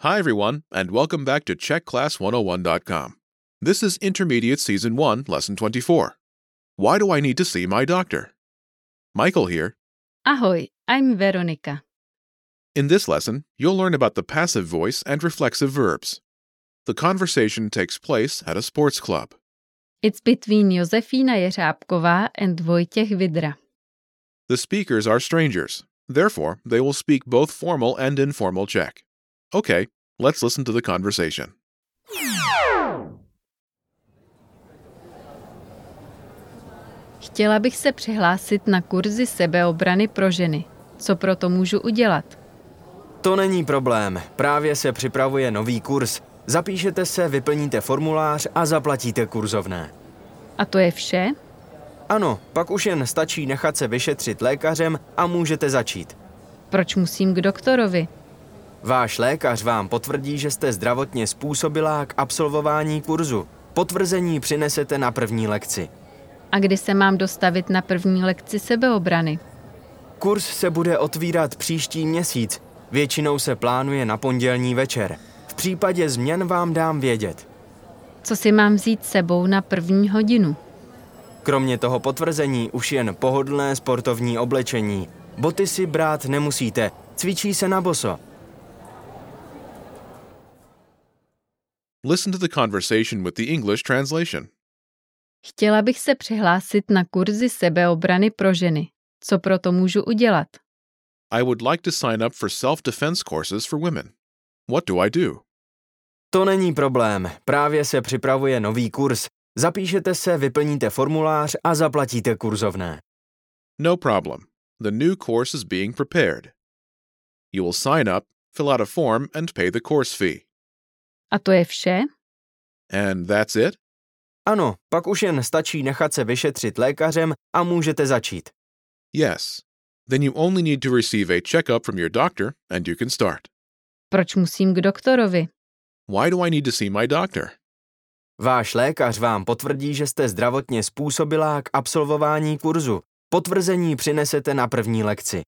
Hi, everyone, and welcome back to CheckClass101.com. This is Intermediate Season 1, Lesson 24. Why do I need to see my doctor? Michael here. Ahoy, I'm Veronica. In this lesson, you'll learn about the passive voice and reflexive verbs. The conversation takes place at a sports club. It's between Josefína Jeřábková and Vojtěch Vidra. The speakers are strangers, therefore, they will speak both formal and informal Czech. Okay, let's listen to the conversation. Chtěla bych se přihlásit na kurzy sebeobrany pro ženy. Co pro to můžu udělat? To není problém, právě se připravuje nový kurz. Zapíšete se, vyplníte formulář a zaplatíte kurzovné. A to je vše? Ano, pak už jen stačí nechat se vyšetřit lékařem a můžete začít. Proč musím k doktorovi? Váš lékař vám potvrdí, že jste zdravotně způsobilá k absolvování kurzu. Potvrzení přinesete na první lekci. A kdy se mám dostavit na první lekci sebeobrany? Kurz se bude otvírat příští měsíc. Většinou se plánuje na pondělní večer. V případě změn vám dám vědět. Co si mám vzít s sebou na první hodinu? Kromě toho potvrzení už jen pohodlné sportovní oblečení. Boty si brát nemusíte, cvičí se na boso. Listen to the conversation with the English translation. Chtěla bych se přihlásit na kurzy sebeobrany pro ženy. Co pro to můžu udělat? I would like to sign up for self defense courses for women. What do I do? To není problém, právě se připravuje nový kurz. Zapíšete se, vyplníte formulář a zaplatíte kurzovné. No problem. The new course is being prepared. You will sign up, fill out a form, and pay the course fee. A to je vše? And that's it? Ano, pak už jen stačí nechat se vyšetřit lékařem a můžete začít. Yes. Then you only need to receive a checkup from your doctor and you can start. Proč musím k doktorovi? Why do I need to see my doctor? Váš lékař vám potvrdí, že jste zdravotně způsobilá k absolvování kurzu. Potvrzení přinesete na první lekci.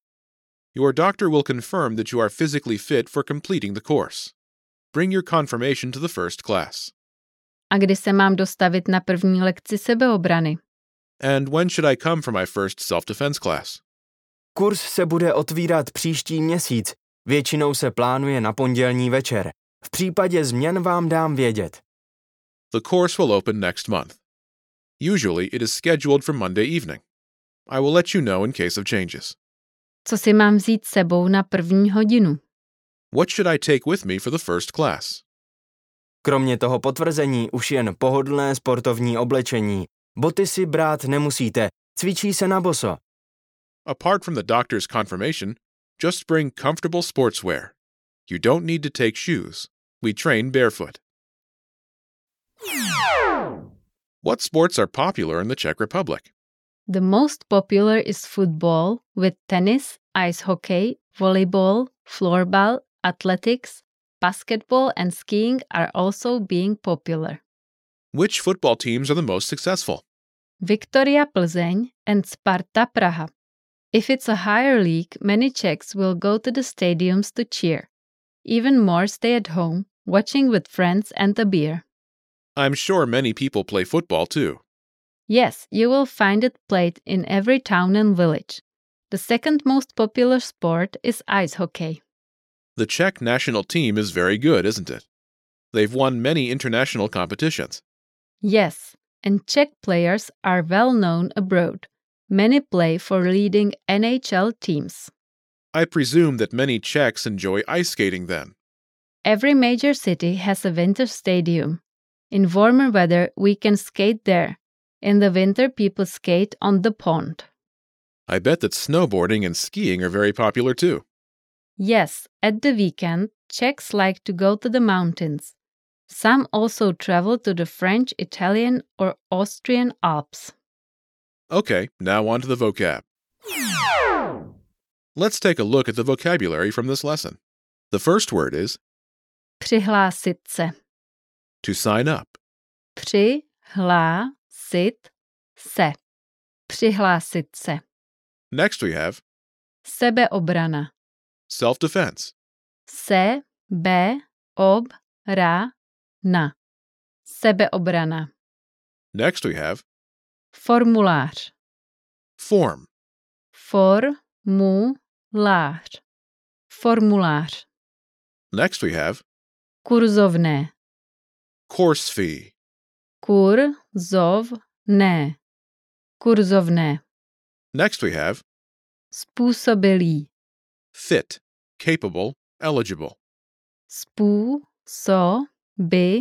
Your doctor will confirm that you are physically fit for completing the course. Bring your confirmation to the first class. A kdy se mám dostavit na první lekci sebeobrany? And when should I come for my first self defense class? Kurz se bude otvírat příští měsíc. Většinou se plánuje na pondělní večer. V případě změn vám dám vědět. The course will open next month. Usually, it is scheduled for Monday evening. I will let you know in case of changes. Co si mám vzít s sebou na první hodinu? What should I take with me for the first class? Kromě toho potvrzení už jen pohodlné sportovní oblečení. Boty si brát nemusíte, cvičí se na boso. Apart from the doctor's confirmation, just bring comfortable sportswear. You don't need to take shoes. We train barefoot. What sports are popular in the Czech Republic? The most popular is football with tennis, ice hockey, volleyball, floorball, athletics, basketball and skiing are also being popular. Which football teams are the most successful? Victoria Plzeň and Sparta Praha. If it's a higher league, many Czechs will go to the stadiums to cheer. Even more stay at home, watching with friends and a beer. I'm sure many people play football too. Yes, you will find it played in every town and village. The second most popular sport is ice hockey. The Czech national team is very good, isn't it? They've won many international competitions. Yes, and Czech players are well known abroad. Many play for leading NHL teams. I presume that many Czechs enjoy ice skating then. Every major city has a winter stadium. In warmer weather, we can skate there. In the winter, people skate on the pond. I bet that snowboarding and skiing are very popular too. Yes, at the weekend, Czechs like to go to the mountains. Some also travel to the French, Italian, or Austrian Alps. Okay, now on to the vocab. Let's take a look at the vocabulary from this lesson. The first word is Přihlásit se. to sign up, Přihlásit se. Přihlásit se. next we have Sebeobrana. self defense, Sebeobrana. Ob, ra, na. Sebeobrana. Next we have Formulář. form. For, mu, lář. Formulář. Next we have Kurzovné. course fee. Kur, zov, ne. Kurzovné. Next we have Způsobilý. fit, capable, eligible. Spů, so, by,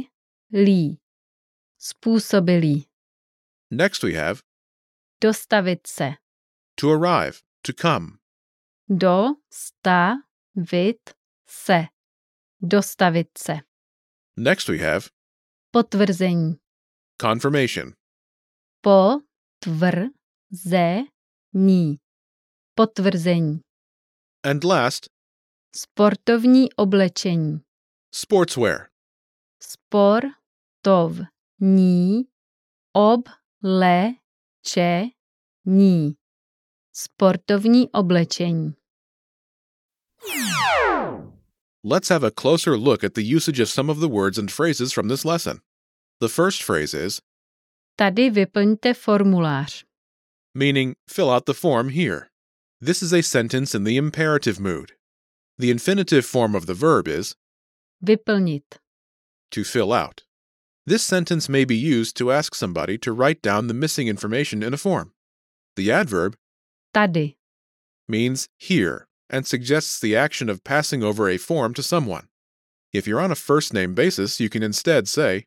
lí. Způsobilý. Next we have Dostavit se. to arrive, to come. Do, sta, vit, se. Dostavit se. Next we have Potvrzení. confirmation. Po, tvr, ze, ní. Potvrzení. And last, Sportovní oblečení. sportswear. Spor, tov, ní, ob, le, če, ní. Sportovní oblečení. Let's have a closer look at the usage of some of the words and phrases from this lesson. The first phrase is, Tady vyplňte formulář. meaning fill out the form here. This is a sentence in the imperative mood. The infinitive form of the verb is Vyplnit. to fill out. This sentence may be used to ask somebody to write down the missing information in a form. The adverb Tady. means here and suggests the action of passing over a form to someone. If you're on a first name basis, you can instead say,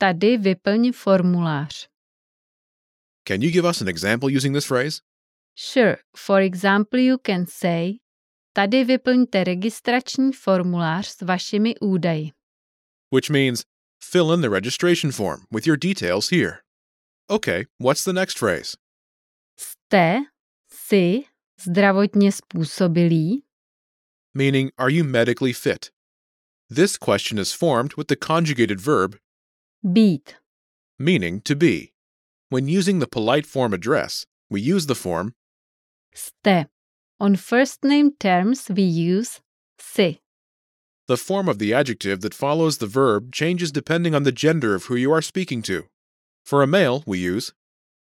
Tady vyplň formulář. Can you give us an example using this phrase? Sure, for example you can say Tady vyplňte registrační formulář s vašimi údaji. Which means fill in the registration form with your details here. Okay, what's the next phrase? Jste si zdravotně způsobilí? Meaning, are you medically fit? This question is formed with the conjugated verb Být. meaning to be. When using the polite form address, we use the form Jste. On first name terms we use si. The form of the adjective that follows the verb changes depending on the gender of who you are speaking to. For a male, we use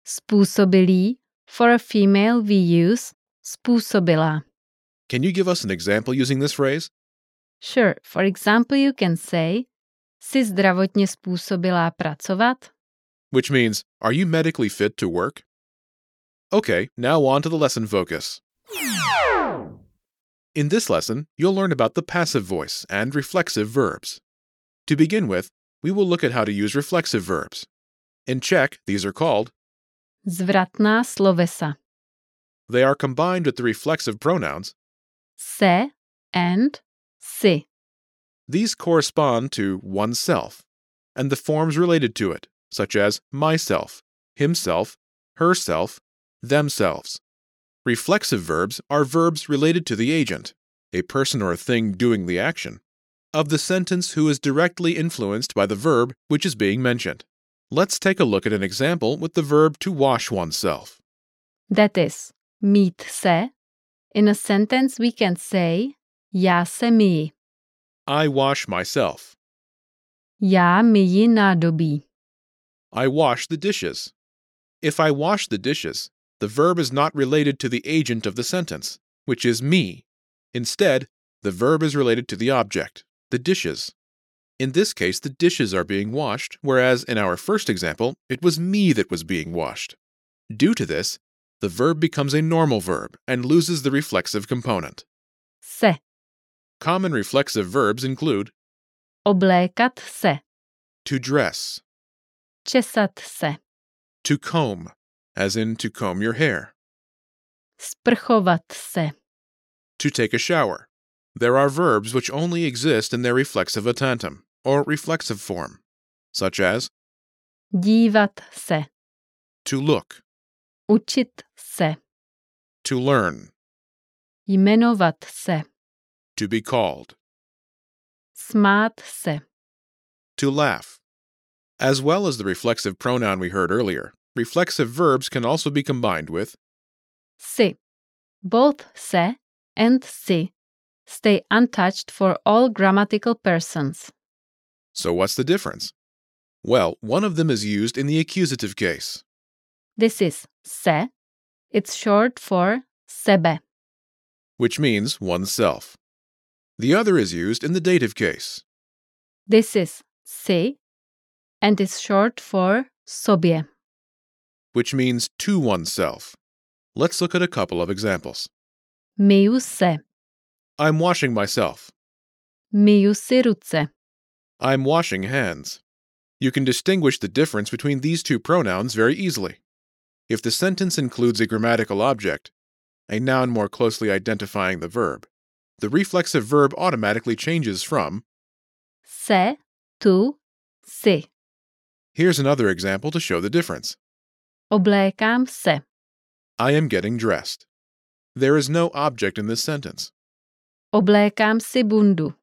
Způsobilí. For a female we use způsobila. Can you give us an example using this phrase? Sure, for example you can say Jsi zdravotně způsobilá pracovat? Which means, are you medically fit to work? Okay, now on to the lesson focus. In this lesson, you'll learn about the passive voice and reflexive verbs. To begin with, we will look at how to use reflexive verbs. In Czech, these are called Zvratná slovesa. They are combined with the reflexive pronouns. se and si. These correspond to oneself and the forms related to it, such as myself, himself, herself, themselves. Reflexive verbs are verbs related to the agent, a person or a thing doing the action, of the sentence who is directly influenced by the verb which is being mentioned. Let's take a look at an example with the verb to wash oneself. That is mít se. In a sentence we can say já se myji. I wash myself. Já myji nádobí. I wash the dishes. If I wash the dishes, the verb is not related to the agent of the sentence, which is me. Instead, the verb is related to the object, the dishes. In this case, the dishes are being washed, whereas in our first example, it was me that was being washed. Due to this, the verb becomes a normal verb and loses the reflexive component. Se. Common reflexive verbs include Oblékat se. to dress, Česat se. to comb, as in to comb your hair. Sprchovat se. to take a shower. There are verbs which only exist in their reflexive attentum, or reflexive form, such as Dívat se. to look, Učit se. to learn, Jmenovat se. to be called, Smát se. to laugh. As well as the reflexive pronoun we heard earlier, reflexive verbs can also be combined with Si. Both se and si stay untouched for all grammatical persons. So what's the difference? Well, one of them is used in the accusative case. This is se. It's short for sebe. which means oneself. The other is used in the dative case. This is si and is short for sobie. which means to oneself. Let's look at a couple of examples. Myju se, I'm washing myself. myju si ruce. I'm washing hands. You can distinguish the difference between these two pronouns very easily. If the sentence includes a grammatical object, a noun more closely identifying the verb, the reflexive verb automatically changes from. Se, tu, si. Here's another example to show the difference. Oblékám se, I am getting dressed. There is no object in this sentence. oblékám si bundu.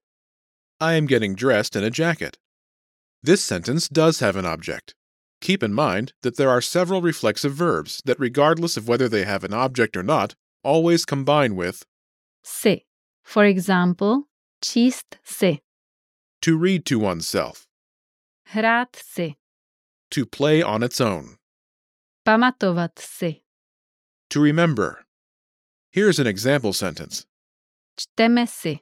I am getting dressed in a jacket. This sentence does have an object. Keep in mind that there are several reflexive verbs that, regardless of whether they have an object or not, always combine with Si. For example, číst si, to read to oneself, hrát si, to play on its own, pamatovat si. to remember. Here's an example sentence Čteme si.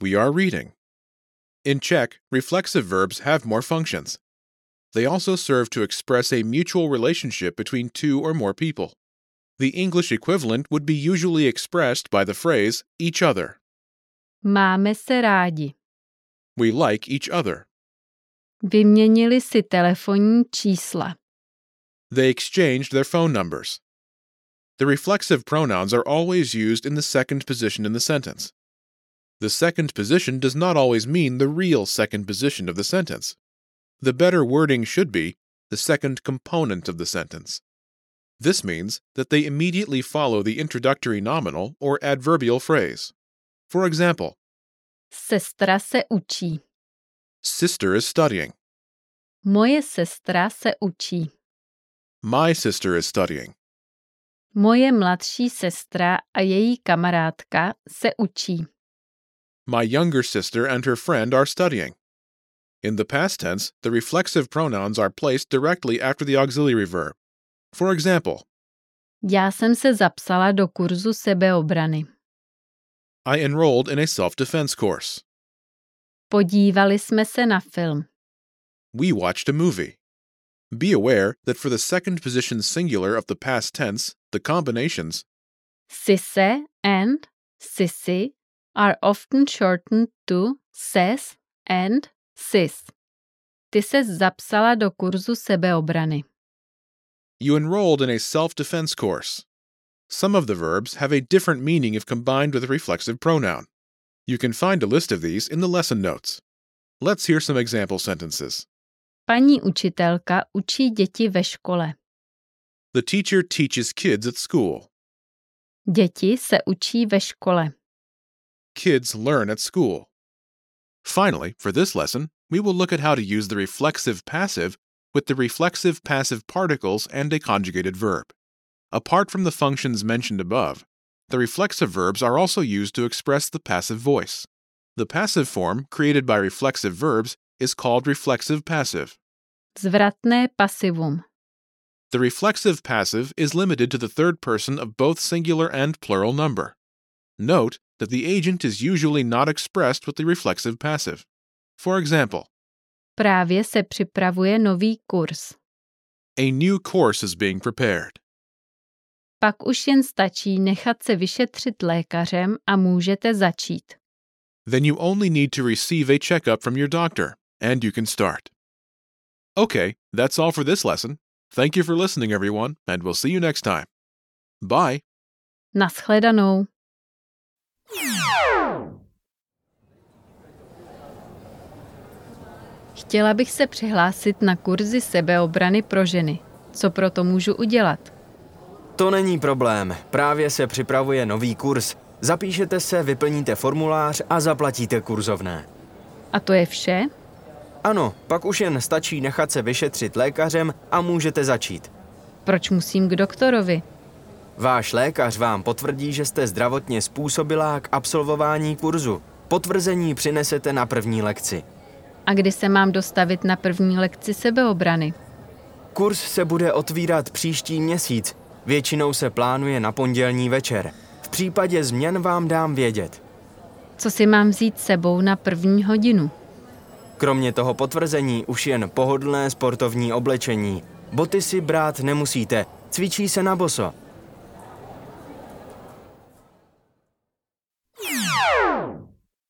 We are reading. In Czech, reflexive verbs have more functions. They also serve to express a mutual relationship between two or more people. The English equivalent would be usually expressed by the phrase each other. Máme se rádi. We like each other. Vyměnili si telefonní čísla. They exchanged their phone numbers. The reflexive pronouns are always used in the second position in the sentence. The second position does not always mean the real second position of the sentence. The better wording should be the second component of the sentence. This means that they immediately follow the introductory nominal or adverbial phrase. For example, Sestra se učí. sister is studying, Moje sestra se učí. my sister is studying, Moje mladší sestra a její kamarádka se učí. My younger sister and her friend are studying. In the past tense, the reflexive pronouns are placed directly after the auxiliary verb. For example, Já jsem se zapsala do kurzu sebeobrany. I enrolled in a self defense course. Podívali jsme se na film. We watched a movie. Be aware that for the second position singular of the past tense, the combinations Sise and sisi are often shortened to ses and sis. Ty se zapsala do kurzu sebeobrany. you enrolled in a self defense course. Some of the verbs have a different meaning if combined with a reflexive pronoun. You can find a list of these in the lesson notes. Let's hear some example sentences. Paní učitelka učí děti ve škole. The teacher teaches kids at school. Děti se učí ve škole. Kids learn at school. Finally, for this lesson, we will look at how to use the reflexive passive with the reflexive passive particles and a conjugated verb. Apart from the functions mentioned above, the reflexive verbs are also used to express the passive voice. The passive form, created by reflexive verbs, is called reflexive passive. Zvratné pasivum. The reflexive passive is limited to the third person of both singular and plural number. Note that the agent is usually not expressed with the reflexive passive. For example, Právě se připravuje nový kurz. a new course is being prepared. Pak už jen stačí nechat se vyšetřit lékařem a můžete začít. Then you only need to receive a checkup from your doctor, and you can start. Okay, that's all for this lesson. Thank you for listening, everyone, and we'll see you next time. Bye. Naschledanou. Chtěla bych se přihlásit na kurzy sebeobrany pro ženy. Co pro to můžu udělat? To není problém, právě se připravuje nový kurz. Zapíšete se, vyplníte formulář a zaplatíte kurzovné. A to je vše? Ano, pak už jen stačí nechat se vyšetřit lékařem a můžete začít. Proč musím k doktorovi? Váš lékař vám potvrdí, že jste zdravotně způsobilá k absolvování kurzu. Potvrzení přinesete na první lekci. A kdy se mám dostavit na první lekci sebeobrany? Kurz se bude otvírat příští měsíc. Většinou se plánuje na pondělní večer. V případě změn vám dám vědět. Co si mám vzít sebou na první hodinu? Kromě toho potvrzení už jen pohodlné sportovní oblečení. Boty si brát nemusíte, cvičí se na boso.